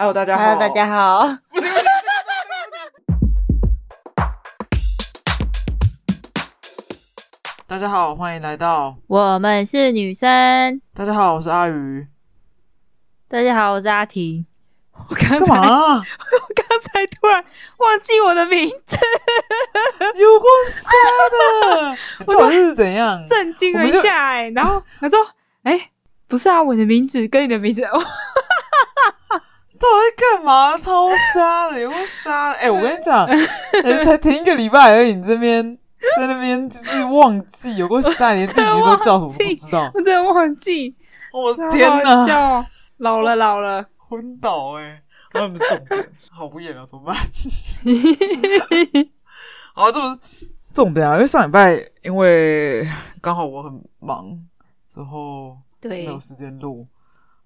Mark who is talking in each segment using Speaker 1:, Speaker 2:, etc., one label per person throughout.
Speaker 1: Hello，大家好。
Speaker 2: Hello，大家好。
Speaker 1: 大家好，欢迎来到。
Speaker 2: 我们是女生。
Speaker 1: 大家好，我是阿 鱼。
Speaker 2: 大家好，我是阿婷。我刚才
Speaker 1: 干嘛、啊？
Speaker 2: 我刚才突然忘记我的名字，
Speaker 1: 有够瞎的！
Speaker 2: 我
Speaker 1: 到底是怎样？
Speaker 2: 震惊了一下、哎，然后他说：“哎、不是啊，我的名字跟你的名字， 哦、
Speaker 1: 到底在干嘛？超瞎的，有够瞎的！哎、我跟你 讲，哎才停一个礼拜而已，你这边在那边就是忘记，有够 瞎，连自己名字都叫什么都不知道。
Speaker 2: 我真的忘记。
Speaker 1: 我、
Speaker 2: 好好
Speaker 1: 天哪，
Speaker 2: 笑哦，老了老了，
Speaker 1: 昏倒哎、欸！他们是重点，好无眼啊，怎么办？好，这不是重点啊，因为上礼拜因为刚好我很忙，之后就没
Speaker 2: 对
Speaker 1: 有时间录，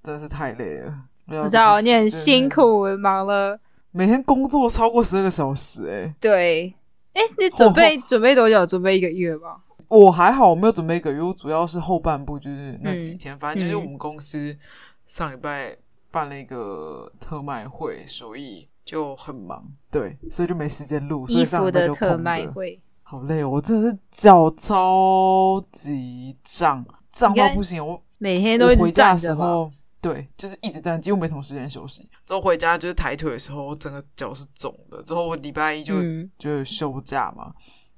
Speaker 1: 真的是太累了。我
Speaker 2: 我知道你很辛，苦，我忙了。
Speaker 1: 每天工作超过十二个小时、欸，哎，
Speaker 2: 对，哎、你准备准备多久？准备一个月吧。
Speaker 1: 我还好，我没有准备一个月，我主要是后半部就是那几天，反正就是
Speaker 2: 嗯
Speaker 1: 我们公司上礼拜办了一个特卖会，所以就很忙，对，所以就没时间录，所
Speaker 2: 衣
Speaker 1: 以上
Speaker 2: 服
Speaker 1: 礼拜
Speaker 2: 的
Speaker 1: 就
Speaker 2: 特
Speaker 1: 空
Speaker 2: 卖
Speaker 1: 着。
Speaker 2: 会，
Speaker 1: 好累哦，我真的是脚超级胀，胀到
Speaker 2: 你看
Speaker 1: 不行。我
Speaker 2: 每天都一
Speaker 1: 我
Speaker 2: 直
Speaker 1: 回家
Speaker 2: 站
Speaker 1: 的时
Speaker 2: 着吧。
Speaker 1: 候，对，就是一直站，几乎没什么时间休息。之后回家就是抬腿的时候，我整个脚是肿的。之后我礼拜一就、
Speaker 2: 嗯，
Speaker 1: 就休假嘛，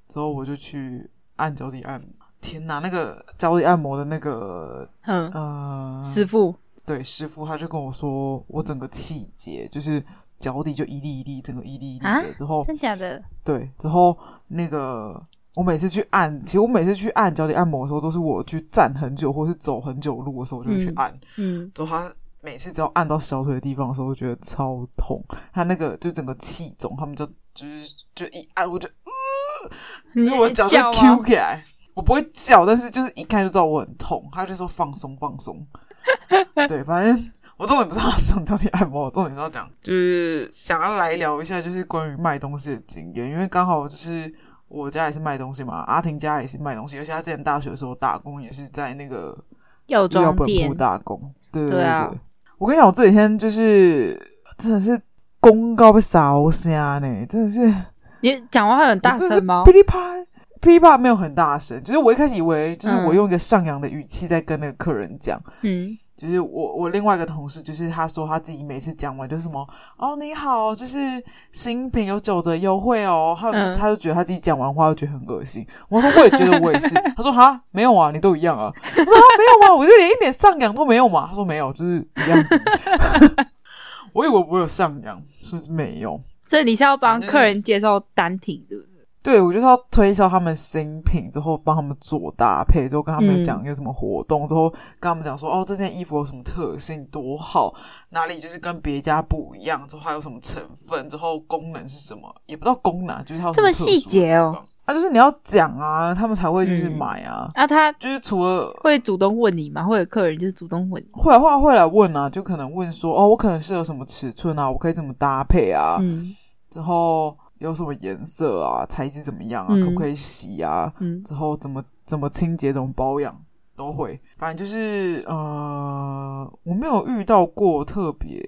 Speaker 1: 之后我就去按脚底按摩。天哪，那个脚底按摩的那个
Speaker 2: 嗯，
Speaker 1: 呃，
Speaker 2: 师傅，
Speaker 1: 对师傅，他就跟我说，我整个气节就是脚底就一粒一粒，整个一粒一粒的。
Speaker 2: 啊
Speaker 1: 之后
Speaker 2: 真假的？
Speaker 1: 对，之后那个我每次去按，其实我每次去按脚底按摩的时候，都是我去站很久或是走很久路的时候，我就会去
Speaker 2: 嗯
Speaker 1: 按。
Speaker 2: 嗯，
Speaker 1: 之后他每次只要按到小腿的地方的时候，我觉得超痛，他那个就整个气肿，他们就就是就一按我就，
Speaker 2: 你
Speaker 1: 所以我脚就
Speaker 2: 叫吗
Speaker 1: Q 起来。我不会叫，但是就是一看就知道我很痛，他就说放松放 松。对，反正我重点不是要讲脚底按摩，重点是要讲就是想要来聊一下，就是关于卖东西的经验，因为刚好就是我家也是卖东西嘛，阿婷家也是卖东西，而且她之前大学的时候打工也是在那个
Speaker 2: 药
Speaker 1: 医疗
Speaker 2: 妆
Speaker 1: 本
Speaker 2: 店
Speaker 1: 部，打工。对对
Speaker 2: 对啊
Speaker 1: 我跟你讲，我这几天就是真的是公告被烧瞎呢，真的是。
Speaker 2: 你讲话很大声吗
Speaker 1: 我真的是噼？里啪啦噼里啪啦没有很大声，就是我一开始以为就是
Speaker 2: 嗯
Speaker 1: 我用一个上扬的语气在跟那个客人讲，
Speaker 2: 嗯，
Speaker 1: 就是我我另外一个同事，就是他说他自己每次讲完就是什么哦你好，就是新品有九折优惠哦，他、
Speaker 2: 嗯
Speaker 1: 他就觉得他自己讲完话就觉得很恶心。我说我也觉得我也是，他说哈没有啊，你都一样啊。我说哈没有啊，我就连一点上扬都没有嘛。他说没有，就是一样 低。我以为我有上扬，是不是没有？
Speaker 2: 所以你是要帮客人介绍单品，对不对？
Speaker 1: 对，我就是要推销他们新品，之后帮他们做搭配，之后跟他们
Speaker 2: 嗯
Speaker 1: 讲有什么活动，之后跟他们讲说，哦，这件衣服有什么特性，多好，哪里就是跟别家不一样，之后还有什么成分，之后功能是什么，也不知道功能啊，就是它有什
Speaker 2: 这么
Speaker 1: 特殊
Speaker 2: 细节哦
Speaker 1: 的地方啊，就是你要讲啊，他们才会就是
Speaker 2: 嗯
Speaker 1: 买啊，
Speaker 2: 啊，他
Speaker 1: 就是除了
Speaker 2: 会主动问你吗？会有客人就是主动问你？
Speaker 1: 会来会来会来问啊，就可能问说，哦，我可能适合什么尺寸啊，我可以怎么搭配啊，
Speaker 2: 嗯
Speaker 1: 之后有什么颜色啊，材质怎么样啊，
Speaker 2: 嗯
Speaker 1: 可不可以洗啊，
Speaker 2: 嗯，
Speaker 1: 之后怎么怎么清洁、怎么保养都会。反正就是呃，我没有遇到过特别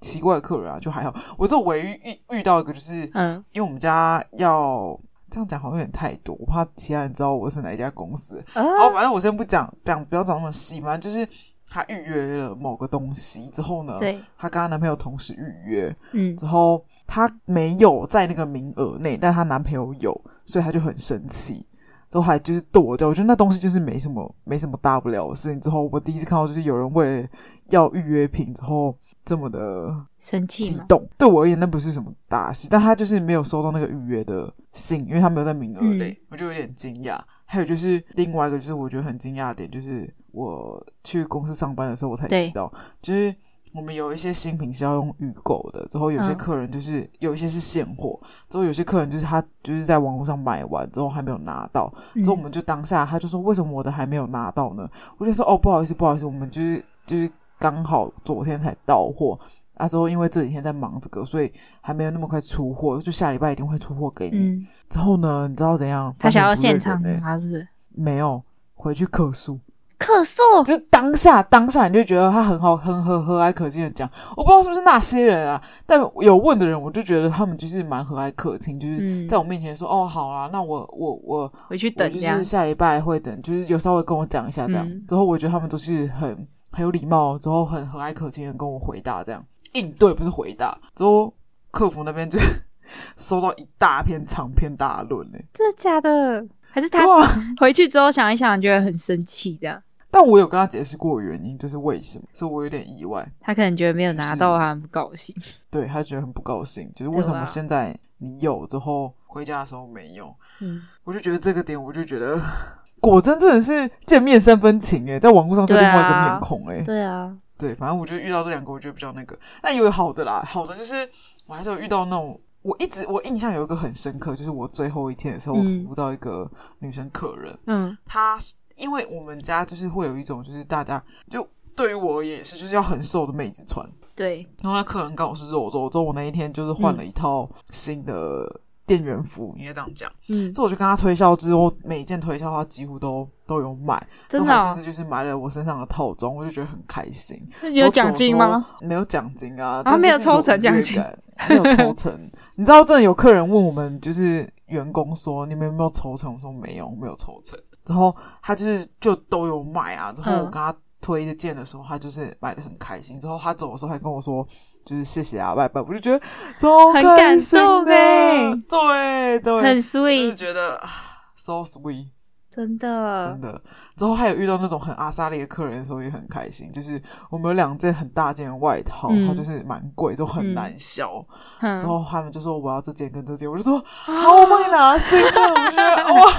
Speaker 1: 奇怪的客人啊，就还好。我这唯一遇遇到一个，就是
Speaker 2: 嗯，
Speaker 1: 因为我们家要这样讲好像有点太多，我怕其他人知道我是哪一家公司。好，
Speaker 2: 哦，
Speaker 1: 反正我先不讲，讲不要讲那么细，反正就是。她预约了某个东西之后呢，
Speaker 2: 对，
Speaker 1: 她跟她男朋友同时预约，
Speaker 2: 嗯，
Speaker 1: 之后她没有在那个名额内，但她男朋友有，所以她就很生气，之后还就是跺着。我觉得那东西就是没什么没什么大不了的事情。之后我第一次看到就是有人为了要预约品之后这么的
Speaker 2: 生
Speaker 1: 激
Speaker 2: 气吗？
Speaker 1: 动，对我而言那不是什么大事，但他就是没有收到那个预约的信，因为他没有在名额内，
Speaker 2: 嗯
Speaker 1: 我就有点惊讶。还有就是另外一个就是我觉得很惊讶的点，就是我去公司上班的时候我才
Speaker 2: 对
Speaker 1: 知道，就是我们有一些新品是要用预购的，之后有些
Speaker 2: 嗯
Speaker 1: 客人就是、有一些是现货，之后有些客人就是他就是在网络上买完之后还没有拿到，
Speaker 2: 嗯
Speaker 1: 之后我们就当下，他就说为什么我的还没有拿到呢？我就说哦，不好意思，不好意思，我们就是就是刚好昨天才到货，啊之后因为这几天在忙这个，所以还没有那么快出货，就下礼拜一定会出货给你。
Speaker 2: 嗯，
Speaker 1: 之后呢，你知道怎样？
Speaker 2: 他想要
Speaker 1: 翻脸不认
Speaker 2: 现场
Speaker 1: 人欸
Speaker 2: 拿是不是？
Speaker 1: 没有回去客诉，
Speaker 2: 客诉，
Speaker 1: 就是当下当下你就觉得他很好，很和和蔼可亲的讲，我不知道是不是那些人啊，但有问的人，我就觉得他们就是蛮和蔼可亲，就是
Speaker 2: 嗯
Speaker 1: 在我面前说、哦好啦，那我我我
Speaker 2: 回去
Speaker 1: 我
Speaker 2: 等
Speaker 1: 就
Speaker 2: 这样
Speaker 1: 是。下礼拜会等，就是有稍微跟我讲一下这样，
Speaker 2: 嗯
Speaker 1: 之后我觉得他们都是很很有礼貌，之后很和蔼可亲的跟我回答这样应对不是回答，之后客服那边就 收到一大篇长篇大论呢、
Speaker 2: 真的假的？还是他
Speaker 1: 哇！
Speaker 2: 回去之后想一想，觉得很生气，这样
Speaker 1: 但我有跟他解释过原因，就是为什么，所以我有点意外。
Speaker 2: 他可能觉得没有拿到，他很不高兴。
Speaker 1: 对他觉得很不高兴，就是为什
Speaker 2: 对啊
Speaker 1: 么
Speaker 2: 吧
Speaker 1: 现在你有之后回家的时候没有？
Speaker 2: 嗯，
Speaker 1: 我就觉得这个点，我就觉得 果真真的是见面三分情欸诶，在网络上就另
Speaker 2: 对啊
Speaker 1: 外一个面孔欸诶。
Speaker 2: 对啊，
Speaker 1: 对，反正我觉得遇到这两个，我觉得比较那个。但也有好的啦，好的就是我还是有遇到那种，我一直我印象有一个很深刻，就是我最后一天的时候，我
Speaker 2: 嗯
Speaker 1: 服务到一个女生客人，
Speaker 2: 嗯
Speaker 1: 她是因为我们家就是会有一种，就是大家就对于我而言也是，就是要很瘦的妹子穿。
Speaker 2: 对，
Speaker 1: 然后那客人刚好是肉肉，之后我那一天就是换
Speaker 2: 嗯
Speaker 1: 了一套新的店员服，应该这样讲。
Speaker 2: 嗯，
Speaker 1: 所以我就跟他推销之后，每一件推销他几乎都都有买，
Speaker 2: 真
Speaker 1: 之
Speaker 2: 的
Speaker 1: 后还甚
Speaker 2: 哦、
Speaker 1: 至就是买了我身上的套装，我就觉得很开心。
Speaker 2: 那你有
Speaker 1: 然后
Speaker 2: 奖金
Speaker 1: 走的
Speaker 2: 吗？
Speaker 1: 时候？没有奖金啊，
Speaker 2: 啊
Speaker 1: 但
Speaker 2: 没有
Speaker 1: 就是一种
Speaker 2: 抽成奖金
Speaker 1: 愉悦感，没有抽成。你知道，真的有客人问我们，就是员工说你们有没有抽成？我说没有，没有抽成。之后他就是就都有买啊。之后我
Speaker 2: 嗯
Speaker 1: 跟他推荐的时候，他就是买的很开心。之后他走的时候还跟我说。就是谢谢啊，拜拜！我就觉得超
Speaker 2: 很
Speaker 1: 开
Speaker 2: 感
Speaker 1: 心
Speaker 2: 动
Speaker 1: 的，
Speaker 2: 欸
Speaker 1: 对对，
Speaker 2: 很
Speaker 1: 就是
Speaker 2: sweet，
Speaker 1: 觉得啊 so sweet。
Speaker 2: 真
Speaker 1: 真
Speaker 2: 的，
Speaker 1: 的。之后还有遇到那种很阿莎丽的客人的时候也很开心，就是我们有两件很大件的外套，
Speaker 2: 嗯
Speaker 1: 它就是蛮贵，就很
Speaker 2: 嗯
Speaker 1: 难销。
Speaker 2: 嗯
Speaker 1: 之，后他们就说我要这件跟这件，我就说好，我帮你拿新的，我就觉 得哇，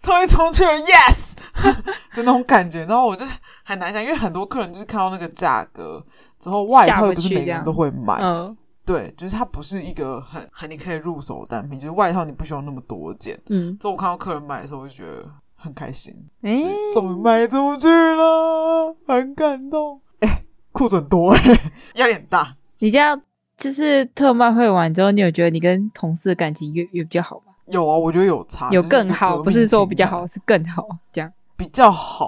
Speaker 1: 终于冲去了，yes 的那种感觉。然后我就很难想，因为很多客人就是看到那个价格之后，外
Speaker 2: 下
Speaker 1: 套
Speaker 2: 不
Speaker 1: 又不是
Speaker 2: 去
Speaker 1: 每
Speaker 2: 这
Speaker 1: 个人
Speaker 2: 样
Speaker 1: 都会买，
Speaker 2: 嗯
Speaker 1: 对，就是它不是一个很很你可以入手的单品，就是外套你不需要那么多件。
Speaker 2: 嗯，
Speaker 1: 之后我看到客人买的时候，我就觉得很开心。
Speaker 2: 哎、
Speaker 1: 就是终于卖出去了，很感动。哎、库存多哎、压力很大。
Speaker 2: 你这样就是特卖会完之后，你有觉得你跟同事的感情越越比较好吗？
Speaker 1: 有啊，我觉得有差，
Speaker 2: 有
Speaker 1: 就是
Speaker 2: 更
Speaker 1: 这个
Speaker 2: 好，
Speaker 1: 革
Speaker 2: 不
Speaker 1: 命
Speaker 2: 是说
Speaker 1: 情
Speaker 2: 比较
Speaker 1: 感
Speaker 2: 好，，是更好这样。
Speaker 1: 比较好，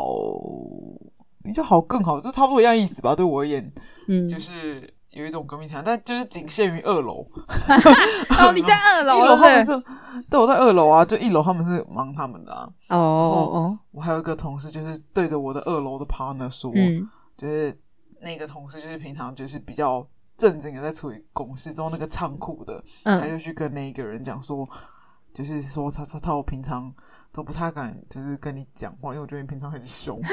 Speaker 1: 比较好，更好，就差不多一样意思吧。对我而言，
Speaker 2: 嗯，
Speaker 1: 就是有一种革命情感，但就是仅限于二楼。
Speaker 2: 哦，你在二
Speaker 1: 一
Speaker 2: 楼，
Speaker 1: 楼他
Speaker 2: 对
Speaker 1: 们
Speaker 2: 不对？
Speaker 1: 是，对，我在二楼啊，就一楼他们是忙他们的啊。
Speaker 2: 哦哦
Speaker 1: 我还有一个同事，就是对着我的二楼的 partner 说，
Speaker 2: 哦，嗯，
Speaker 1: 就是那个同事，就是平常就是比较正经的在处理公事，之后那个仓库的，他
Speaker 2: 嗯，
Speaker 1: 就去跟那一个人讲说，就是说他他他我平常都不太敢就是跟你讲话，因为我觉得你平常很 凶。
Speaker 2: 啊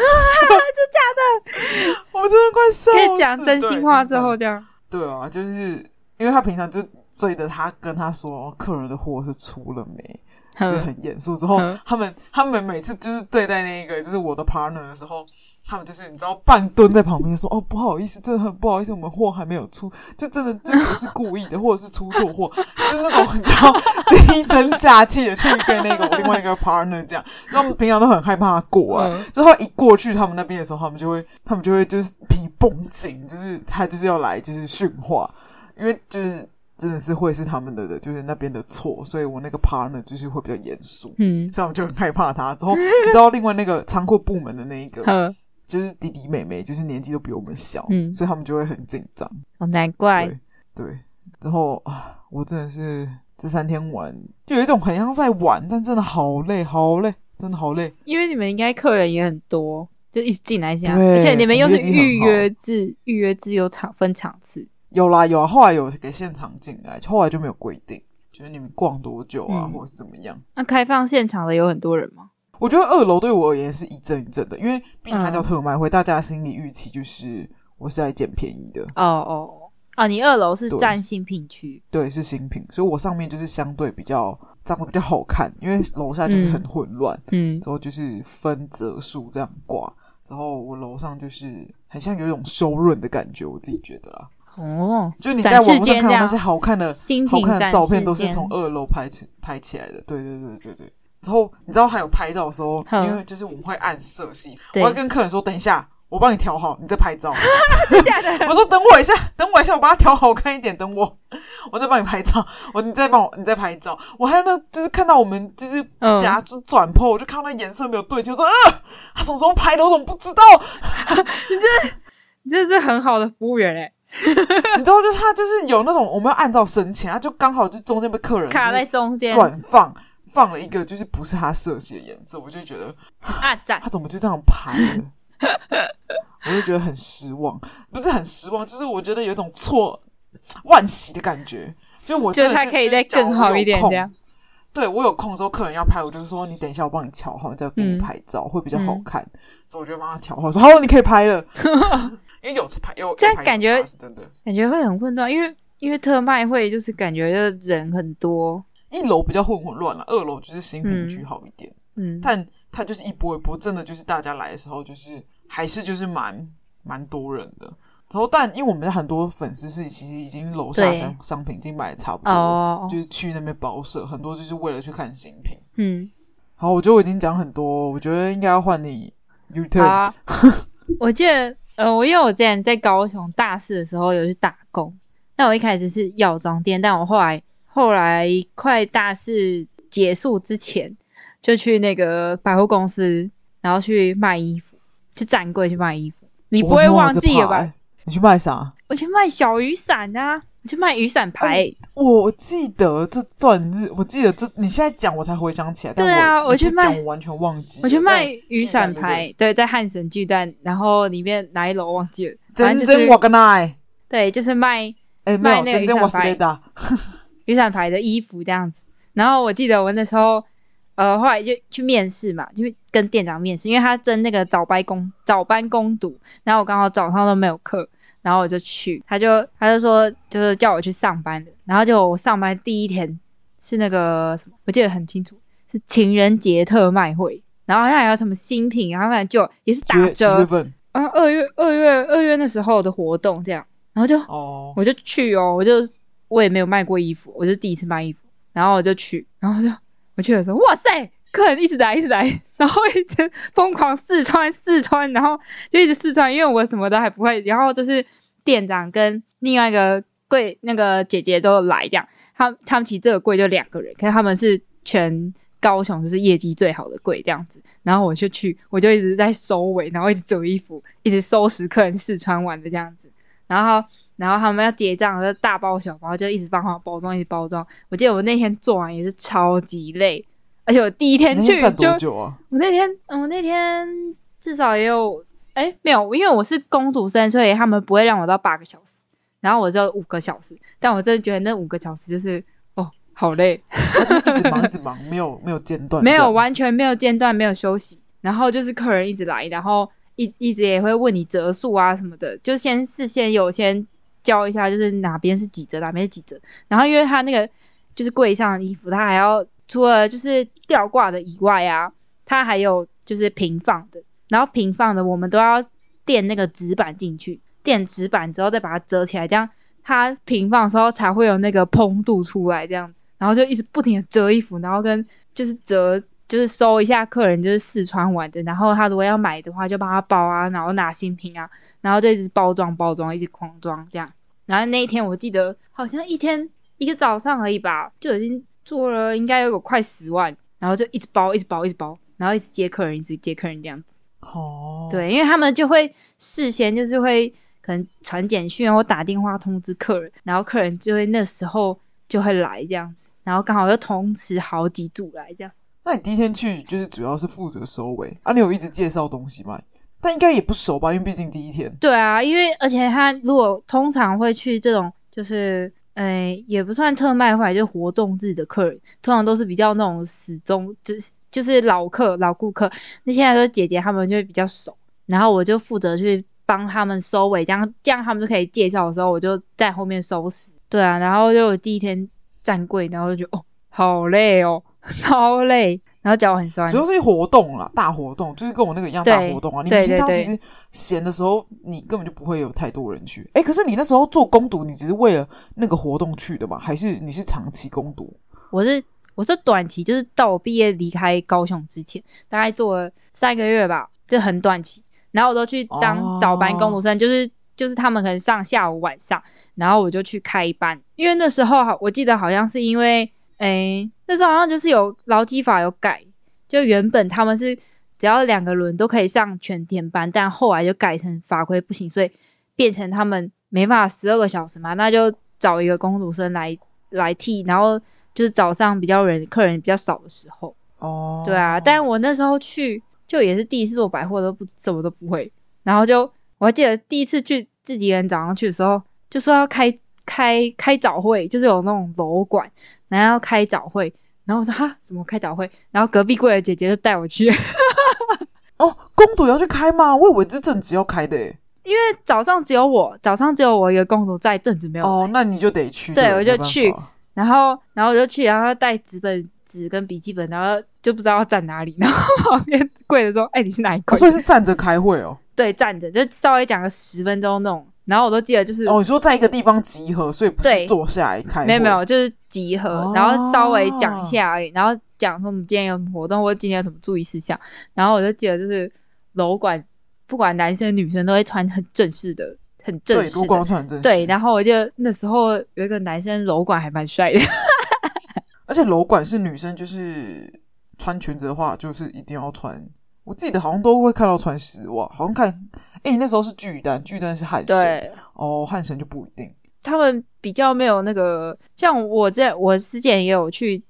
Speaker 1: 真假的？ 我真的快笑死。
Speaker 2: 可以讲真心话之后
Speaker 1: 对，
Speaker 2: 这样。
Speaker 1: 真的对啊，就是因为他平常就追着他跟他说，哦客人的货是出了没， 就是
Speaker 2: 嗯
Speaker 1: 很严肃。之后
Speaker 2: 嗯
Speaker 1: 他们他们每次就是对待那一个就是我的 partner 的时候。他们就是你知道半蹲在旁边说哦不好意思，真的很不好意思，我们货还没有出，就真的就不是故意的，或者是出错货，就是那种你知道低声下气的去跟那个我另外一个 partner 这样，所以他们平常都很害怕过啊来，
Speaker 2: 嗯
Speaker 1: 之后一过去他们那边的时候，他们就会他们就会就是皮绷紧，就是他就是要来就是训话，因为就是真的是会是他们的的就是那边的错，所以我那个 partner 就是会比较严肃。
Speaker 2: 嗯
Speaker 1: 所以我就很害怕他。之后你知道，另外那个仓库部门的那一个，
Speaker 2: 嗯，
Speaker 1: 就是弟弟妹妹，就是年纪都比我们小，
Speaker 2: 嗯
Speaker 1: 所以他们就会很紧张。
Speaker 2: 哦，难怪
Speaker 1: 对对，之后啊，我真的是这三天玩，就有一种很像在玩，但真的好累，好累，真的好累。
Speaker 2: 因为你们应该客人也很多，就一直进来这样，
Speaker 1: 对
Speaker 2: 而且你们又是
Speaker 1: 我们业绩很
Speaker 2: 预约制，预约制有场分场次，
Speaker 1: 有啦有啊，后来有给现场进来，后来就没有规定，就是你们逛多久啊，
Speaker 2: 嗯
Speaker 1: 或者是怎么样。
Speaker 2: 那开放现场的有很多人吗？
Speaker 1: 我觉得二楼对我而言是一阵一阵的，因为毕竟它
Speaker 2: 嗯
Speaker 1: 叫特卖会，大家心理预期就是我是来捡便宜的，
Speaker 2: 哦哦哦，你二楼是
Speaker 1: 对
Speaker 2: 占性品区，
Speaker 1: 对，是新品，所以我上面就是相对比较长得比较好看，因为楼下就是很混乱，
Speaker 2: 嗯，
Speaker 1: 之后就是分折数这样挂，之后我楼上就是很像有一种修润的感觉，我自己觉得啦，
Speaker 2: 哦，
Speaker 1: 就是你在网络上看
Speaker 2: 展示间
Speaker 1: 到
Speaker 2: 这样
Speaker 1: 那些好看的
Speaker 2: 新
Speaker 1: 好
Speaker 2: 品
Speaker 1: 看的
Speaker 2: 展
Speaker 1: 照片，
Speaker 2: 示
Speaker 1: 都是
Speaker 2: 间
Speaker 1: 从二楼拍起拍起来的，对对对对对。之后你知道还有拍照的时候，
Speaker 2: 哼
Speaker 1: 因为就是我们会按色系，我
Speaker 2: 对
Speaker 1: 会跟客人说等一下。我帮你调好，你再拍 照。
Speaker 2: 假的
Speaker 1: 我说等我一下，等我一下，我把它调好看一点，等我，我再帮你拍照，我你再帮我，你再拍照。我还有那就是看到我们就是
Speaker 2: 嗯
Speaker 1: 夹就转破，我就看到那颜色没有对，就说啊，他什么时候拍的，我怎么不 知道？
Speaker 2: 你真的是很好的服务员哎、
Speaker 1: 你知道，就是他就是有那种我们要按照深浅，他就刚好就中间被客人
Speaker 2: 卡在
Speaker 1: 就是
Speaker 2: 中
Speaker 1: 嗯
Speaker 2: 间
Speaker 1: 乱放。放了一个就是不是他设计的颜色，我就觉得
Speaker 2: 啊，赞
Speaker 1: 他怎么就这样拍了？我就觉得很失望，不是很失望，就是我觉得有一种错惋惜的感觉。就我
Speaker 2: 就
Speaker 1: 真的
Speaker 2: 是他
Speaker 1: 是
Speaker 2: 可以
Speaker 1: 就
Speaker 2: 再
Speaker 1: 是假如
Speaker 2: 更好
Speaker 1: 我有
Speaker 2: 一点
Speaker 1: 空
Speaker 2: 这样。
Speaker 1: 对我有空的时候，客人要拍，我就说你等一下，我帮你调好，你再给你
Speaker 2: 嗯
Speaker 1: 拍照、会比较
Speaker 2: 嗯
Speaker 1: 好看。所以我就帮他调好，说好了，你可以拍 了。因为有次拍有有
Speaker 2: 这样
Speaker 1: 拍有
Speaker 2: 感觉
Speaker 1: 差是真的，
Speaker 2: 感觉会很混乱，因为因为特卖会就是感觉就人很多，
Speaker 1: 一楼比较混混乱了，二楼就是新平
Speaker 2: 嗯
Speaker 1: 居好一点。
Speaker 2: 嗯，
Speaker 1: 但它就是一波一波，真的就是大家来的时候，就是还是就是蛮蛮多人的。然后，但因为我们很多粉丝是其实已经楼下
Speaker 2: 对
Speaker 1: 商商品已经买的差不多了，
Speaker 2: 哦
Speaker 1: 就，是去那边包舍，很多就是为了去看新品。
Speaker 2: 嗯，
Speaker 1: 好，我觉得我已经讲很多，我觉得应该要换你 U
Speaker 2: 好
Speaker 1: turn。
Speaker 2: 啊，我记得呃，我因为我之前在高雄大四的时候有去打工，那我一开始是药妆店，但我后来后来快大四结束之前，就去那个百货公司，然后去卖衣服，去展柜去卖衣服，你不会
Speaker 1: 我
Speaker 2: 忘
Speaker 1: 这
Speaker 2: 记了
Speaker 1: 怕
Speaker 2: 吧？
Speaker 1: 欸？你去卖啥？
Speaker 2: 我去卖小雨伞啊，我去卖雨伞
Speaker 1: 哎
Speaker 2: 牌。
Speaker 1: 我记得这段日，我记得这，你现在讲我才回想起来。但
Speaker 2: 对啊
Speaker 1: 我
Speaker 2: 我
Speaker 1: 你不
Speaker 2: 去卖
Speaker 1: 讲我完全忘记了。
Speaker 2: 我去卖
Speaker 1: 在
Speaker 2: 雨伞
Speaker 1: 哎
Speaker 2: 牌，对，在汉神巨蛋，然后里面哪一楼忘记了，反
Speaker 1: 真
Speaker 2: 正就是
Speaker 1: 真我跟奈，
Speaker 2: 对，就是卖
Speaker 1: 哎，没有
Speaker 2: 卖那个
Speaker 1: 真
Speaker 2: 雨
Speaker 1: 真
Speaker 2: 伞
Speaker 1: 我是啊
Speaker 2: 牌
Speaker 1: 雷达。
Speaker 2: 雨伞牌的衣服这样子。然后我记得我那时候，呃，后来就去面试嘛，因为跟店长面试，因为他争那个早班工早班工读，然后我刚好早上都没有课，然后我就去，他就他就说就是叫我去上班的，然后就我上班第一天是那个什么，我记得很清楚，是情人节特卖会。然后好像还有什么新品，然后反正就也是打
Speaker 1: 几月几
Speaker 2: 折，
Speaker 1: 月份？
Speaker 2: 啊，二月二月二月那时候的活动这样，然后就
Speaker 1: 哦，
Speaker 2: 我就去哦，我就我也没有卖过衣服，我就第一次卖衣服，然后我就去，然后就我去的时候，哇塞，客人一直来一直来， 然后一直疯狂试穿试穿，然后就一直试穿，因为我什么都还不会，然后就是店长跟另外一个柜那个姐姐都有来这样，他他们其实这个柜就两个人，可是他们是全。高雄就是业绩最好的柜这样子，然后我就去，我就一直在收尾，然后一直折衣服，一直收拾客人试穿完的这样子，然后然后他们要结账，就大包小包，就一直帮他包装，一直包装。我记得我那天做完也是超级累，而且我第一天
Speaker 1: 你
Speaker 2: 去
Speaker 1: 站
Speaker 2: 就
Speaker 1: 多久啊？
Speaker 2: 我那天，嗯我那天至少也有，哎，没有，因为我是工读生，所以他们不会让我到八个小时，然后我只有五个小时。但我真的觉得那五个小时就是，哦，好累，
Speaker 1: 他就一直忙，一直忙，没有没有间断，
Speaker 2: 没
Speaker 1: 这
Speaker 2: 有
Speaker 1: 样
Speaker 2: 完全没有间断，没有休息。然后就是客人一直来，然后一一直也会问你折数啊什么的，就先事先有先教一下，就是哪边是几折，哪边是几折。然后因为他那个就是柜上的衣服，他还要除了就是吊挂的以外啊，它还有就是平放的，然后平放的我们都要垫那个纸板进去，垫纸板之后再把它折起来，这样它平放的时候才会有那个蓬度出来，这样子，然后就一直不停的折衣服，然后跟就是折。就是收一下客人就是试穿完的，然后他如果要买的话，就帮他包啊，然后拿新品啊，然后就一直包装包装，一直狂装这样。然后那一天我记得好像一天一个早上而已吧，就已经做了应该有快十万，然后就一直包一直包一直包，然后一直接客人一直接客人这样子。
Speaker 1: 哦，，
Speaker 2: 对，因为他们就会事先就是会可能传简讯啊或打电话通知客人，然后客人就会那时候就会来这样子，然后刚好又同时好几组来这样。
Speaker 1: 那你第一天去就是主要是负责收尾啊？你有一直介绍东西吗？但应该也不熟吧，因为毕竟第一天。
Speaker 2: 对啊，因为而且他如果通常会去这种就是，诶、也不算特卖会，就活动日的客人，通常都是比较那种始终就是就是老客老顾客，那现在都姐姐他们就会比较熟，然后我就负责去帮他们收尾，这样这样他们就可以介绍的时候，我就在后面收拾。对啊，然后就我第一天站柜，然后就觉得哦，好累哦， 超累，然后脚很酸
Speaker 1: 主。要是一活动啦，大活动就是跟我那个一样
Speaker 2: 对
Speaker 1: 大活动啊。你
Speaker 2: 对
Speaker 1: 平常
Speaker 2: 对
Speaker 1: 其
Speaker 2: 对
Speaker 1: 实闲的时候，你根本就不会有太多人去。哎、可是你那时候做攻读，你只是为了那个活动去的吗？还是你是长期攻读？
Speaker 2: 我是我是短期，就是到我毕业离开高雄之前，大概做了三个月吧，就很短期。然后我都去
Speaker 1: 哦
Speaker 2: 当早班工读生，就是就是他们可能上下午晚上，然后我就去开班，因为那时候好，我记得好像是因为，诶、那时候好像就是有劳基法有改，就原本他们是只要两个轮都可以上全天班，但后来就改成法规不行，所以变成他们没办法十二个小时嘛，那就找一个工读生来来替，然后就是早上比较人客人比较少的时候，
Speaker 1: 哦，
Speaker 2: 对啊，但我那时候去就也是第一次做百货，都不什么都不会，然后就我还记得第一次去自己一个人早上去的时候，就说要开开开早会，就是有那种楼管，然后要开早会，然后我说哈什么开早会，然后隔壁柜的姐姐就带我去，
Speaker 1: 哦，公读也要去开吗？我以为是正职要开的欸。
Speaker 2: 因为早上只有我，早上只有我一个工作在，正子没有
Speaker 1: 哦，那你就得去。
Speaker 2: 对
Speaker 1: 不
Speaker 2: 我就
Speaker 1: 没办法哦
Speaker 2: 去然后，然后我就去，然后带纸本、纸跟笔记本，然后就不知道要站哪里。 然后旁边柜的说：“哎、你是哪一
Speaker 1: 哦
Speaker 2: 柜
Speaker 1: 所以是站着开会哦。？”
Speaker 2: 对，站着就稍微讲个十分钟那种。然后我都记得就是、
Speaker 1: 哦，你说在一个地方集合，所以不是
Speaker 2: 对
Speaker 1: 坐下来开会。
Speaker 2: 没有没有，就是集合，
Speaker 1: 哦
Speaker 2: 然后稍微讲一下而已，然后讲说我们今天有什么活动，或者今天有什么注意事项。然后我就记得就是楼管，不管男生女生都会穿很正式的、很正
Speaker 1: 对，
Speaker 2: 式
Speaker 1: 如果
Speaker 2: 的。
Speaker 1: 光传真
Speaker 2: 对，
Speaker 1: 的，
Speaker 2: 然后我就那时候有一个男生楼管还蛮帅的，
Speaker 1: 而且楼管是女生，就是穿裙子的话，就是一定要穿。我记得好像都会看到穿丝袜，好像看，哎、你那时候是巨蛋，巨蛋是汉 神，，哦，汉神就不一定。
Speaker 2: 他们比较没有那个，像我这我之前也有去，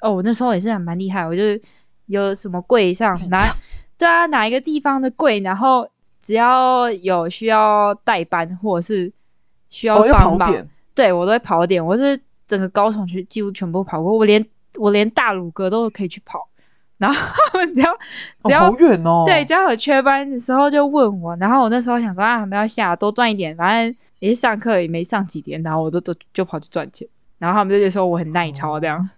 Speaker 2: 哦，我那时候也是还蛮厉害，我就是有什么柜上
Speaker 1: 自己
Speaker 2: 拿
Speaker 1: 讲，
Speaker 2: 对啊，哪一个地方的柜，然后只要有需要代班或者是需要
Speaker 1: 哦，要
Speaker 2: 帮
Speaker 1: 跑
Speaker 2: 忙，
Speaker 1: 点，
Speaker 2: 对我都会跑点，我是整个高雄区几乎全部跑过，我连我连大鲁阁都可以去跑，然后只要只
Speaker 1: 哦，
Speaker 2: 要
Speaker 1: 好远哦。
Speaker 2: 对，只要有缺班的时候就问我，然后我那时候想说啊，还没有下，多赚一点，反正也是上课也没上几天，然后我都都就跑去赚钱，然后他们就觉得说我很耐操这样，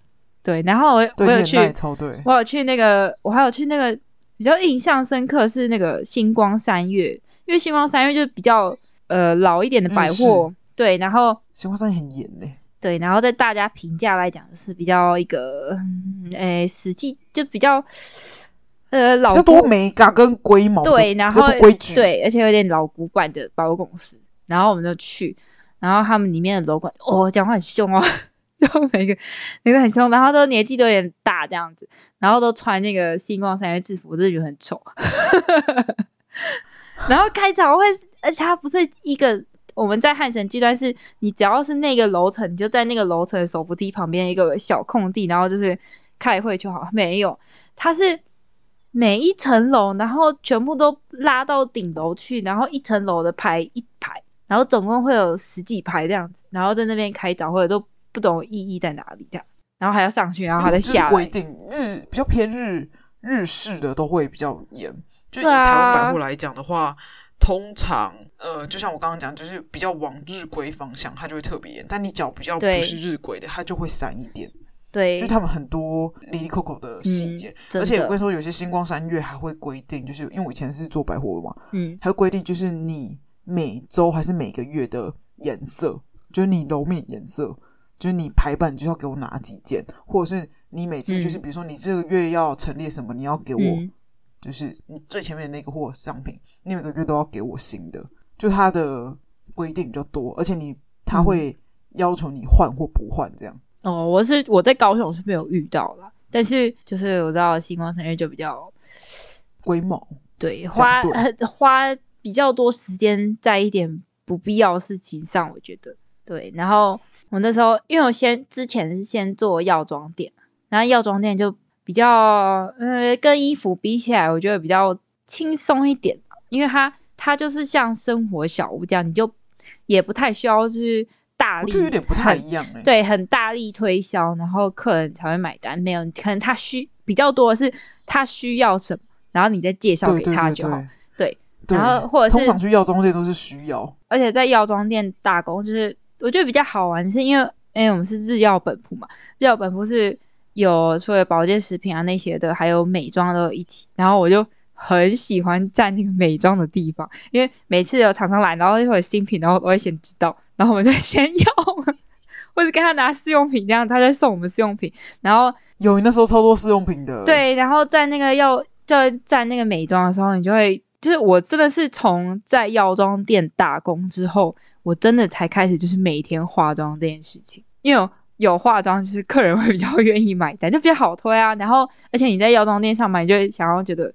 Speaker 2: 对，然后我我
Speaker 1: 哦对，
Speaker 2: 有
Speaker 1: 你
Speaker 2: 去
Speaker 1: 很耐操对。
Speaker 2: 我有去那个，我还有去那个比较印象深刻是那个星光三月，因为星光三月就是比较呃老一点的百
Speaker 1: 日
Speaker 2: 货，对，然后
Speaker 1: 星光山很严呢、
Speaker 2: 对，然后在大家评价来讲是比较一个嗯诶实际就比较呃老
Speaker 1: 比较多
Speaker 2: 古
Speaker 1: 美感跟龟毛，
Speaker 2: 对，
Speaker 1: 比较
Speaker 2: 然后
Speaker 1: 比较不规矩，，
Speaker 2: 对，而且有点老古板的百货公司。然后我们就去，然后他们里面的楼管哦，讲话很凶哦， 然后每个每个很凶，然后都年纪都有点大这样子，然后都穿那个星光三月制服，我真的觉得很丑。然后开早会，而且它不是一个。我们在汉城巨蛋是，你只要是那个楼层，你就在那个楼层的手扶梯旁边一个小空地，然后就是开会就好。没有，它是每一层楼，然后全部都拉到顶楼去，然后一层楼的排一排，然后总共会有十几排这样子，然后在那边开早会都不懂意义在哪里这样，然后还要上去，然后还在
Speaker 1: 嗯就是
Speaker 2: 下
Speaker 1: 规
Speaker 2: 来。
Speaker 1: 定日比较偏日日式的都会比较严。就以
Speaker 2: 对啊
Speaker 1: 台湾百货来讲的话，通常呃，就像我刚刚讲，就是比较往日规方向，它就会特别严。但你脚比较不
Speaker 2: 对
Speaker 1: 是日规的，它就会散一点。
Speaker 2: 对嗯
Speaker 1: 就是，他们很多里里扣扣的细节，
Speaker 2: 真
Speaker 1: 而且我
Speaker 2: 的
Speaker 1: 跟你说，有些星光三月还会规定，就是因为我以前是做百货嘛，
Speaker 2: 嗯，
Speaker 1: 还有规定就是你每周还是每个月的颜色，就是你楼面颜色，就是你排版你就要给我哪几件，或者是你每次就是
Speaker 2: 嗯
Speaker 1: 比如说你这个月要陈列什么，你要给我、
Speaker 2: 嗯
Speaker 1: 就是你最前面的那个货商品，你每个月都要给我新的，就它的规定比较多，而且你
Speaker 2: 嗯
Speaker 1: 它会要求你换或不换这样。
Speaker 2: 哦，我是我在高雄是没有遇到啦，但是就是我知道星光三月就比较
Speaker 1: 龟毛，
Speaker 2: 对花
Speaker 1: 相对
Speaker 2: 很花比较多时间在一点不必要的事情上，我觉得对。然后我那时候因为我先之前是先做药妆店，然后药妆店就比较呃跟衣服比起来，我觉得比较轻松一点，因为它它就是像生活小物这样，你就也不太需要就是大
Speaker 1: 我
Speaker 2: 力
Speaker 1: 就有点不太
Speaker 2: 很
Speaker 1: 一样哎、
Speaker 2: 对，很大力推销，然后客人才会买单。没有，可能他需比较多的是他需要什么，然后你再介绍
Speaker 1: 对
Speaker 2: 给
Speaker 1: 对
Speaker 2: 他
Speaker 1: 对
Speaker 2: 就好。
Speaker 1: 对
Speaker 2: 对
Speaker 1: 对
Speaker 2: 然后或者是
Speaker 1: 通常去药妆店都是需要，
Speaker 2: 而且在药妆店打工，就是我觉得比较好玩，是因为因为我们是日药本铺嘛，日药本铺是有所有保健食品啊那些的，还有美妆都有一起。然后我就很喜欢在那个美妆的地方，因为每次有厂商来，然后又有新品，然后我会先知道，然后我们就先 用，或者跟他拿试用品这样，他再送我们试用品，然后
Speaker 1: 有你那时候超多试用品的，
Speaker 2: 对，然后在那个要在在那个美妆的时候，你就会。就是我真的是从在药妆店打工之后，我真的才开始就是每天化妆这件事情，因为有有化妆就是客人会比较 愿意买单，就比较好推啊。然后而且你在药妆店上班，你就会想要觉得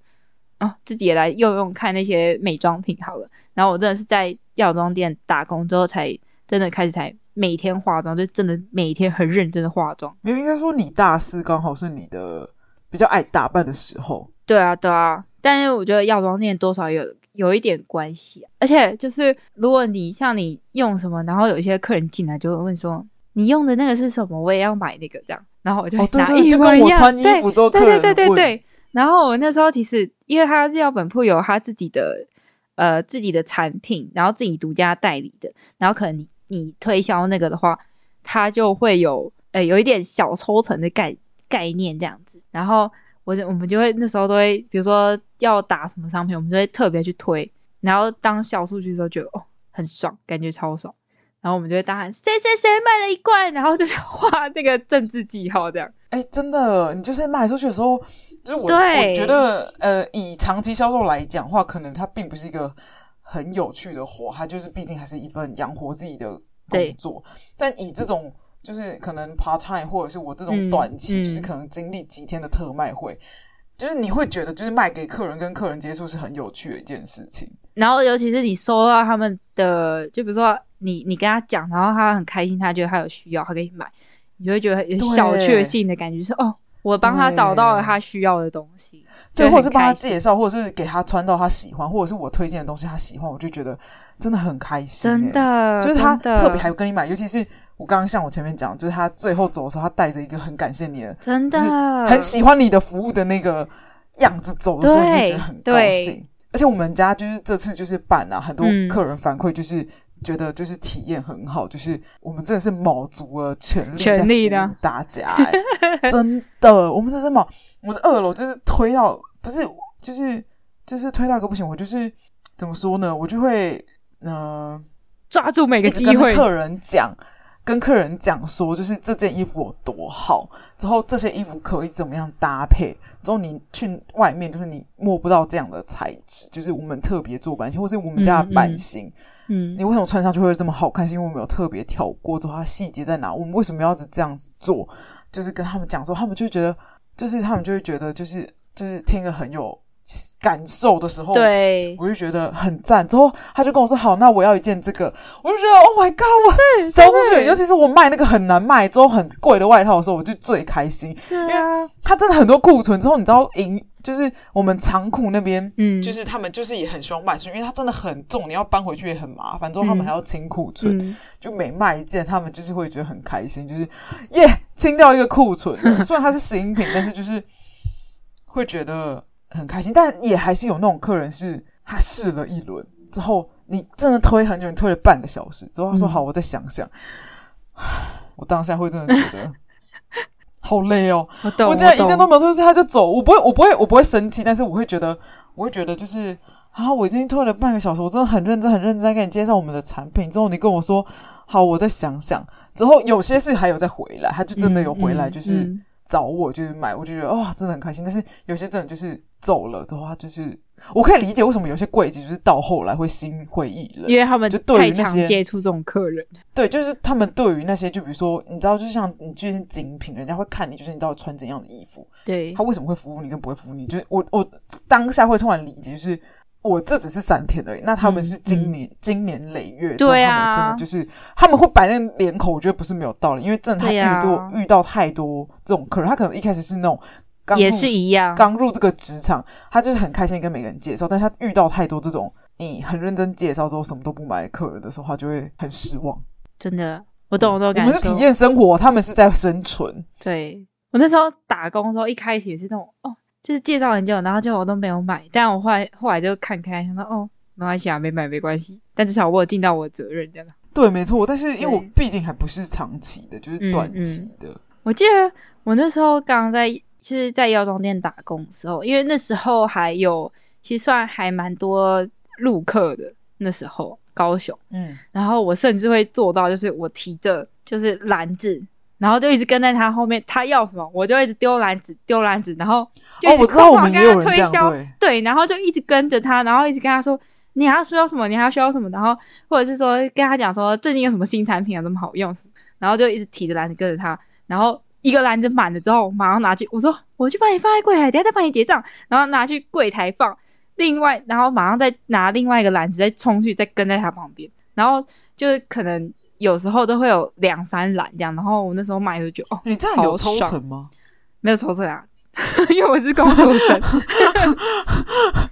Speaker 2: 哦自己也来用用看那些美妆品好了。然后我真的是在药妆店打工之后才真的开始才每天化妆，就真的每天很认真的化妆。
Speaker 1: 没有，应该说你大四刚好是你的比较爱打扮的时候，
Speaker 2: 对啊，对啊，但是我觉得药妆店多少有有一点关系、啊而且就是如果你像你用什么，然后有一些客人进来就会问说你用的那个是什么，我也要买那个这样，然后我就
Speaker 1: 哦对
Speaker 2: 拿
Speaker 1: 对
Speaker 2: 一
Speaker 1: 就
Speaker 2: 模
Speaker 1: 跟
Speaker 2: 一
Speaker 1: 我
Speaker 2: 样
Speaker 1: 穿衣服之后
Speaker 2: 对
Speaker 1: 客
Speaker 2: 对
Speaker 1: 人
Speaker 2: 对对
Speaker 1: 问
Speaker 2: 对。然后我那时候其实因为他药本铺有他自己的呃自己的产品，然后自己独家代理的，然后可能你你推销那个的话，它就会有呃有一点小抽成的概概念这样子。然后我就我们就会那时候都会，比如说要打什么商品，我们就会特别去推。然后当小数据的时候，觉得哦很爽，感觉超爽。然后我们就会大喊谁谁谁买了一罐，然后就是画那个政治记号这样。
Speaker 1: 哎，真的，你就是卖出去的时候，就是我
Speaker 2: 对
Speaker 1: 我觉得，呃，以长期销售来讲的话，可能它并不是一个很有趣的活，它就是毕竟还是一份养活自己的
Speaker 2: 对
Speaker 1: 工作。但以这种就是可能 part time 或者是我这
Speaker 2: 嗯
Speaker 1: 种短期，
Speaker 2: 嗯
Speaker 1: 就是可能经历几天的特卖会，就是你会觉得就是卖给客人跟客人接触是很有趣的一件事情。
Speaker 2: 然后尤其是你收到他们的，就比如说你你跟他讲，然后他很开心，他觉得他有需要，他给你买，你就会觉得有小确幸的感觉，是哦，我帮他找到了他需要的东西，
Speaker 1: 对，
Speaker 2: 就
Speaker 1: 或
Speaker 2: 很
Speaker 1: 者是帮他
Speaker 2: 开心
Speaker 1: 介绍，或者是给他穿到他喜欢，或者是我推荐的东西他喜欢，我就觉得真的很开心、欸。
Speaker 2: 真的，
Speaker 1: 就是他
Speaker 2: 真的
Speaker 1: 特别还跟你买，尤其是我刚刚像我前面讲，就是他最后走的时候，他带着一个很感谢你的，
Speaker 2: 真的
Speaker 1: 就是很喜欢你的服务的那个样子走的时候，你会觉得很高兴
Speaker 2: 对。
Speaker 1: 而且我们家就是这次就是办啊，很多
Speaker 2: 嗯
Speaker 1: 客人反馈就是觉得就是体验很好，就是我们真的是卯足了全力
Speaker 2: 全力的
Speaker 1: 在服务大家、 欸真的，我们真的是卯，我的二楼就是推到不是就是就是推到一个不行，我就是怎么说呢，我就会嗯。呃
Speaker 2: 抓住每
Speaker 1: 一
Speaker 2: 个
Speaker 1: 直
Speaker 2: 机
Speaker 1: 跟
Speaker 2: 会，
Speaker 1: 客人讲，跟客人讲说，就是这件衣服有多好，之后这些衣服可以怎么样搭配，之后你去外面就是你摸不到这样的材质，就是我们特别做版型，或是我们家的版型，
Speaker 2: 嗯
Speaker 1: 你为什么穿上去会这么好看？是因为我们有特别挑过，之后它细节在哪？我们为什么要这样子做？就是跟他们讲说，他们就会觉得，就是他们就会觉得，就是就是听了很有感受的时候，
Speaker 2: 对，
Speaker 1: 我就觉得很赞。之后他就跟我说：“好，那我要一件这个。”我就觉得 “Oh my god！” 我销出去，尤其是我卖那个很难卖、之后很贵的外套的时候，我就最开心。
Speaker 2: 对啊，
Speaker 1: 他真的很多库存，之后你知道营就是我们仓库那边。
Speaker 2: 嗯，
Speaker 1: 就是他们就是也很希望卖出去，因为它真的很重，你要搬回去也很麻烦。之后他们
Speaker 2: 嗯
Speaker 1: 还要清库存，
Speaker 2: 嗯，
Speaker 1: 就每卖一件，他们就是会觉得很开心，就是耶清掉一个库存了。虽然它是新品，但是就是会觉得很开心。但也还是有那种客人是他试了一轮之后，你真的推很久，你推了半个小时之后，他说
Speaker 2: 嗯
Speaker 1: 好，我再想想。 我当下会真的觉得好累哦，
Speaker 2: 我懂，
Speaker 1: 我竟然一件都
Speaker 2: 懂
Speaker 1: 没有推出去，他就走，我不会，我不会，我不会生气，但是我会觉得，我会觉得就是啊，我已经推了半个小时，我真的很认真、很认真在跟你介绍我们的产品，之后你跟我说好，我再想想，之后有些事还有再回来，他就真的有回来，
Speaker 2: 嗯
Speaker 1: 就是
Speaker 2: 嗯
Speaker 1: 找我，就是买，我就觉得哇、真的很开心。但是有些真的就是走了之后，他就是我可以理解为什么有些柜姐就是到后来会心灰意冷，
Speaker 2: 因为他们
Speaker 1: 就对
Speaker 2: 太
Speaker 1: 于那
Speaker 2: 常
Speaker 1: 些
Speaker 2: 接触这种客人，
Speaker 1: 对，就是他们对于那些，就比如说你知道，就像你这些精品，人家会看你，就是你到底穿怎样的衣服。
Speaker 2: 对
Speaker 1: 他，为什么会服务你跟不会服务你？就是我我当下会突然理解，就是我这只是三天而已，那他们是今年、今年累月，
Speaker 2: 嗯对
Speaker 1: 之后
Speaker 2: 啊
Speaker 1: 他们真的就是他们会摆那个脸口，我觉得不是没有道理，因为真的他
Speaker 2: 对
Speaker 1: 遇
Speaker 2: 啊
Speaker 1: 到、遇到太多这种客人，他可能一开始是那种刚入
Speaker 2: 也是一样，
Speaker 1: 刚入这个职场，他就是很开心地跟每个人介绍，但他遇到太多这种你很认真介绍之后什么都不买的客人的时候，他就会很失望。
Speaker 2: 真的，我懂我懂
Speaker 1: 我
Speaker 2: 感
Speaker 1: 们
Speaker 2: 受
Speaker 1: 是。体验生活，他们是在生存。
Speaker 2: 对我那时候打工的时候，一开始也是那种哦，就是介绍很久，然后就我都没有买，但我后来后来就看开，想到哦，没关系啊，没买没关系，但至少我有尽到我的责任，这样。
Speaker 1: 对，没错，但是因为我
Speaker 2: 对
Speaker 1: 毕竟还不是长期的，就是
Speaker 2: 嗯
Speaker 1: 短
Speaker 2: 嗯
Speaker 1: 期的。
Speaker 2: 我记得我那时候刚在就是在药妆店打工的时候，因为那时候还有其实算还蛮多陆客的，那时候高雄。
Speaker 1: 嗯，
Speaker 2: 然后我甚至会做到，就是我提着就是篮子，然后就一直跟在他后面，他要什么我就一直丢篮子丢篮子，然后就
Speaker 1: 哦
Speaker 2: 一，直
Speaker 1: 我知道我
Speaker 2: 狂
Speaker 1: 们
Speaker 2: 跟
Speaker 1: 也有人
Speaker 2: 他
Speaker 1: 这
Speaker 2: 推
Speaker 1: 样
Speaker 2: 销，
Speaker 1: 对。
Speaker 2: 对，然后就一直跟着他，然后一直跟他说你还要需要什么，你还要需要什么，然后或者是说跟他讲说最近有什么新产品啊，这么好用，然后就一直提着篮子跟着他，然后一个篮子满了之后，我马上拿去，我说我去帮你放在柜台，等一下再帮你结账，然后拿去柜台放，另外然后马上再拿另外一个篮子再冲去，再跟在他旁边，然后就是可能有时候都会有两三篮这样，然后我那时候买的时候就觉得哦
Speaker 1: 你这样有
Speaker 2: 好
Speaker 1: 抽
Speaker 2: 爽
Speaker 1: 成吗？
Speaker 2: 没有抽成啊。 因为我是工作生，
Speaker 1: 到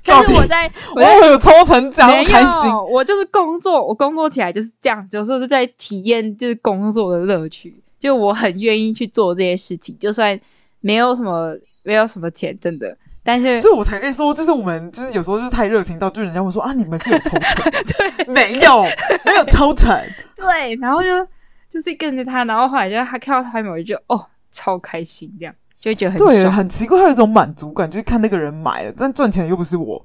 Speaker 2: 但
Speaker 1: 底哦
Speaker 2: 是我在
Speaker 1: 我
Speaker 2: 我在
Speaker 1: 以为有抽成奖，那
Speaker 2: 没
Speaker 1: 么开心
Speaker 2: 有，我就是工作，我工作起来就是这样子，有时候就在体验就是工作的乐趣，就我很愿意去做这些事情，就算没有什么没有什么钱，真的，但是
Speaker 1: 所以我才跟你说，就是我们就是有时候就是太热情到，就是人家会说啊，你们是有抽成， 没有没有抽成，
Speaker 2: 对，然后就就是跟着他，然后后来就他看到他们，我就觉得哦，超开心，这样就会觉得很
Speaker 1: 对，啊
Speaker 2: 爽。
Speaker 1: 很奇怪，会有一种满足感，就是看那个人买了，但赚钱又不是我，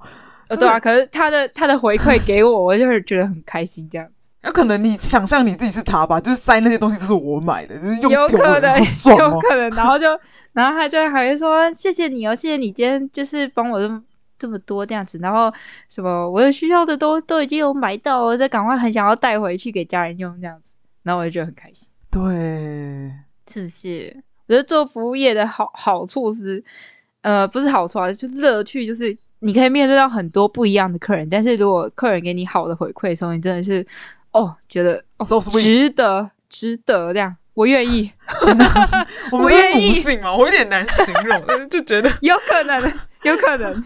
Speaker 2: 呃
Speaker 1: 真
Speaker 2: 对
Speaker 1: 的
Speaker 2: 啊，可是他的他的回馈给我，我就是觉得很开心，这样。
Speaker 1: 有可能你想象你自己是他吧，就是塞那些东西都是我买的，就是用
Speaker 2: 有
Speaker 1: 丢
Speaker 2: 可
Speaker 1: 的，
Speaker 2: 能，
Speaker 1: 好爽
Speaker 2: 有
Speaker 1: 哦！
Speaker 2: 可能，然后就，然后他就还会说谢谢你哦，谢谢你今天就是帮我这么这么多这样子，然后什么我有需要的都都已经有买到了，再赶快很想要带回去给家人用这样子，然后我就觉得很开心，
Speaker 1: 对，
Speaker 2: 是不是？我觉得做服务业的好好处是，呃，不是好处啊，就是乐趣，就是你可以面对到很多不一样的客人，但是如果客人给你好的回馈的时候，你真的是哦，觉得、哦、
Speaker 1: So sweet
Speaker 2: 值得，值得这样，我愿意。
Speaker 1: 我们
Speaker 2: 我
Speaker 1: 这是
Speaker 2: 愿
Speaker 1: 奴
Speaker 2: 意
Speaker 1: 性嘛，我有点难形容，但是就觉得
Speaker 2: 有可 能，有可能。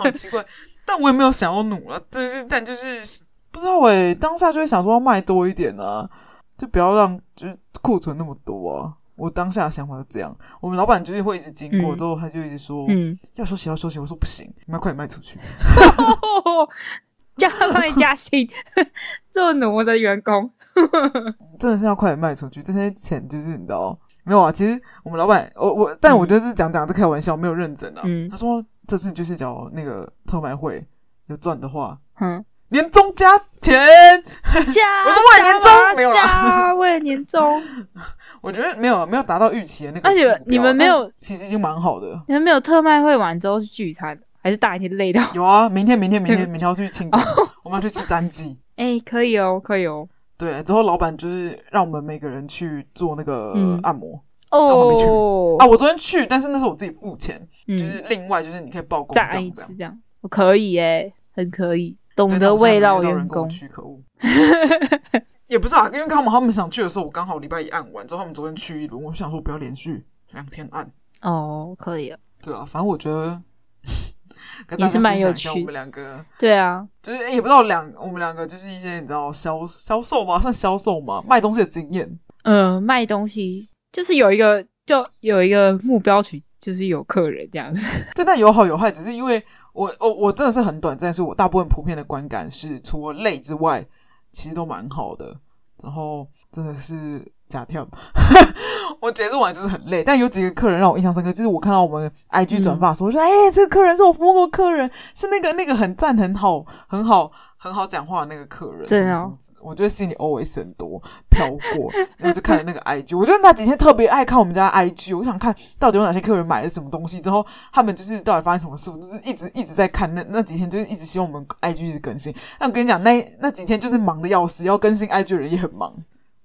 Speaker 1: 好奇怪。 但我也没有想要努了，就是但就是不知道哎、当下就会想说要卖多一点啊，就不要让就是库存那么多啊。我当下的想法是这样，我们老板就是会一直经过，
Speaker 2: 嗯
Speaker 1: 之后他就一直说、
Speaker 2: 嗯，
Speaker 1: 要休息要休息，我说不行，你们要快点卖出去。
Speaker 2: 哦加班加薪， 做奴的员工。
Speaker 1: 真的是要快点卖出去，这些钱就是你知道没有啊？其实我们老板，我我，但我觉得是讲讲这开玩笑，没有认真啊。
Speaker 2: 嗯
Speaker 1: 他说这次就是找那个特卖会有赚的话，
Speaker 2: 嗯，
Speaker 1: 年终加钱。
Speaker 2: 加啊
Speaker 1: 我是万年中没有啦
Speaker 2: 加万年中。
Speaker 1: 我觉得没有没有达到预期的那个
Speaker 2: 而
Speaker 1: 目
Speaker 2: 且
Speaker 1: 标啊，
Speaker 2: 你们没有
Speaker 1: 但其实已经蛮好的。
Speaker 2: 你们没有特卖会完之后去聚餐，还是大家一天累到？
Speaker 1: 有啊，明天明天明天
Speaker 2: 对
Speaker 1: 明天要去庆功，
Speaker 2: 哦
Speaker 1: 我们要去吃詹记。
Speaker 2: 哎、可以哦，可以哦。
Speaker 1: 对，之后老板就是让我们每个人去做那个
Speaker 2: 嗯
Speaker 1: 按摩、我没去
Speaker 2: 哦，
Speaker 1: 啊。我昨天去，但是那是我自己付钱，
Speaker 2: 嗯
Speaker 1: 就是另外就是你可以报公
Speaker 2: 再
Speaker 1: 账
Speaker 2: 按一
Speaker 1: 这样
Speaker 2: 次。这样，我可以哎，很可以，懂
Speaker 1: 对
Speaker 2: 得
Speaker 1: 但我现在
Speaker 2: 味
Speaker 1: 没
Speaker 2: 道
Speaker 1: 遇到
Speaker 2: 员
Speaker 1: 人跟我
Speaker 2: 工。
Speaker 1: 去，可恶。 也不是啊，因为他们他们想去的时候，我刚好礼拜一按完之后，他们昨天去一轮，我就想说不要连续两天按。
Speaker 2: 哦，可以了。
Speaker 1: 对啊，反正我觉 得跟
Speaker 2: 也
Speaker 1: 大家
Speaker 2: 是蛮
Speaker 1: 分享
Speaker 2: 有
Speaker 1: 一下
Speaker 2: 趣
Speaker 1: 我们两个
Speaker 2: 对啊，
Speaker 1: 就是、诶也不知道两我们两个就是一些你知道销销售嘛，算销售嘛，卖东西的经验。
Speaker 2: 嗯，卖东西就是有一个，就有一个目标群，就是有客人这样子。
Speaker 1: 对，但有好有坏，只是因为我我我真的是很短暂，所以我大部分普遍的观感是，除了累之外，其实都蛮好的。然后真的是假跳， 我结束完就是很累，但有几个客人让我印象深刻，就是我看到我们 IG
Speaker 2: 嗯
Speaker 1: 转发的时候，我说：“哎、这个客人是我服务过客人，是那个那个很赞、很好、很好、很好讲话的那个客人。”
Speaker 2: 真的哦
Speaker 1: 什么什么之我觉得心里 always 很多飘过，然后就看了那个 IG，我觉得那几天特别爱看我们家 IG，我想看到底有哪些客人买了什么东西，之后他们就是到底发生什么事，我就是一直一直在看那那几天，就是一直希望我们 IG 一直更新。但我跟你讲，那那几天就是忙的要死，要更新 IG 的人也很忙。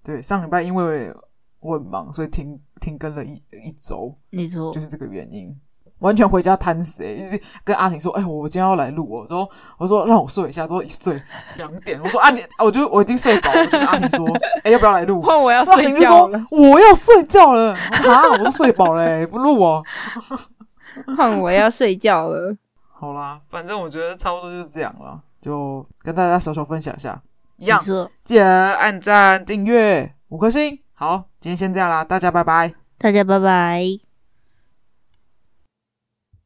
Speaker 1: 对，上礼拜因为我很忙，所以停停更了一一周，
Speaker 2: 你说
Speaker 1: 就是这个原因。完全回家贪死、欸，一直跟阿婷说：“哎、我今天要来录哦。”之后我说：“让我睡一下。”之后一睡两点，我说：“啊，你，我就我已经睡饱了。”我就跟阿婷说：“哎、要不要来 录？”
Speaker 2: 换我要
Speaker 1: 那你
Speaker 2: 睡
Speaker 1: 就
Speaker 2: 觉
Speaker 1: 说
Speaker 2: 了，
Speaker 1: 我要睡觉了，我说啊，我都睡饱了、欸，不录哦。
Speaker 2: 换我要睡觉了。
Speaker 1: 好啦，反正我觉得差不多就是这样了，就跟大家小小分享一下。一
Speaker 2: 你
Speaker 1: 样，
Speaker 2: 说
Speaker 1: 记得按赞、订阅、五颗星。好，今天先这样啦，大家拜拜。
Speaker 2: 大家拜拜。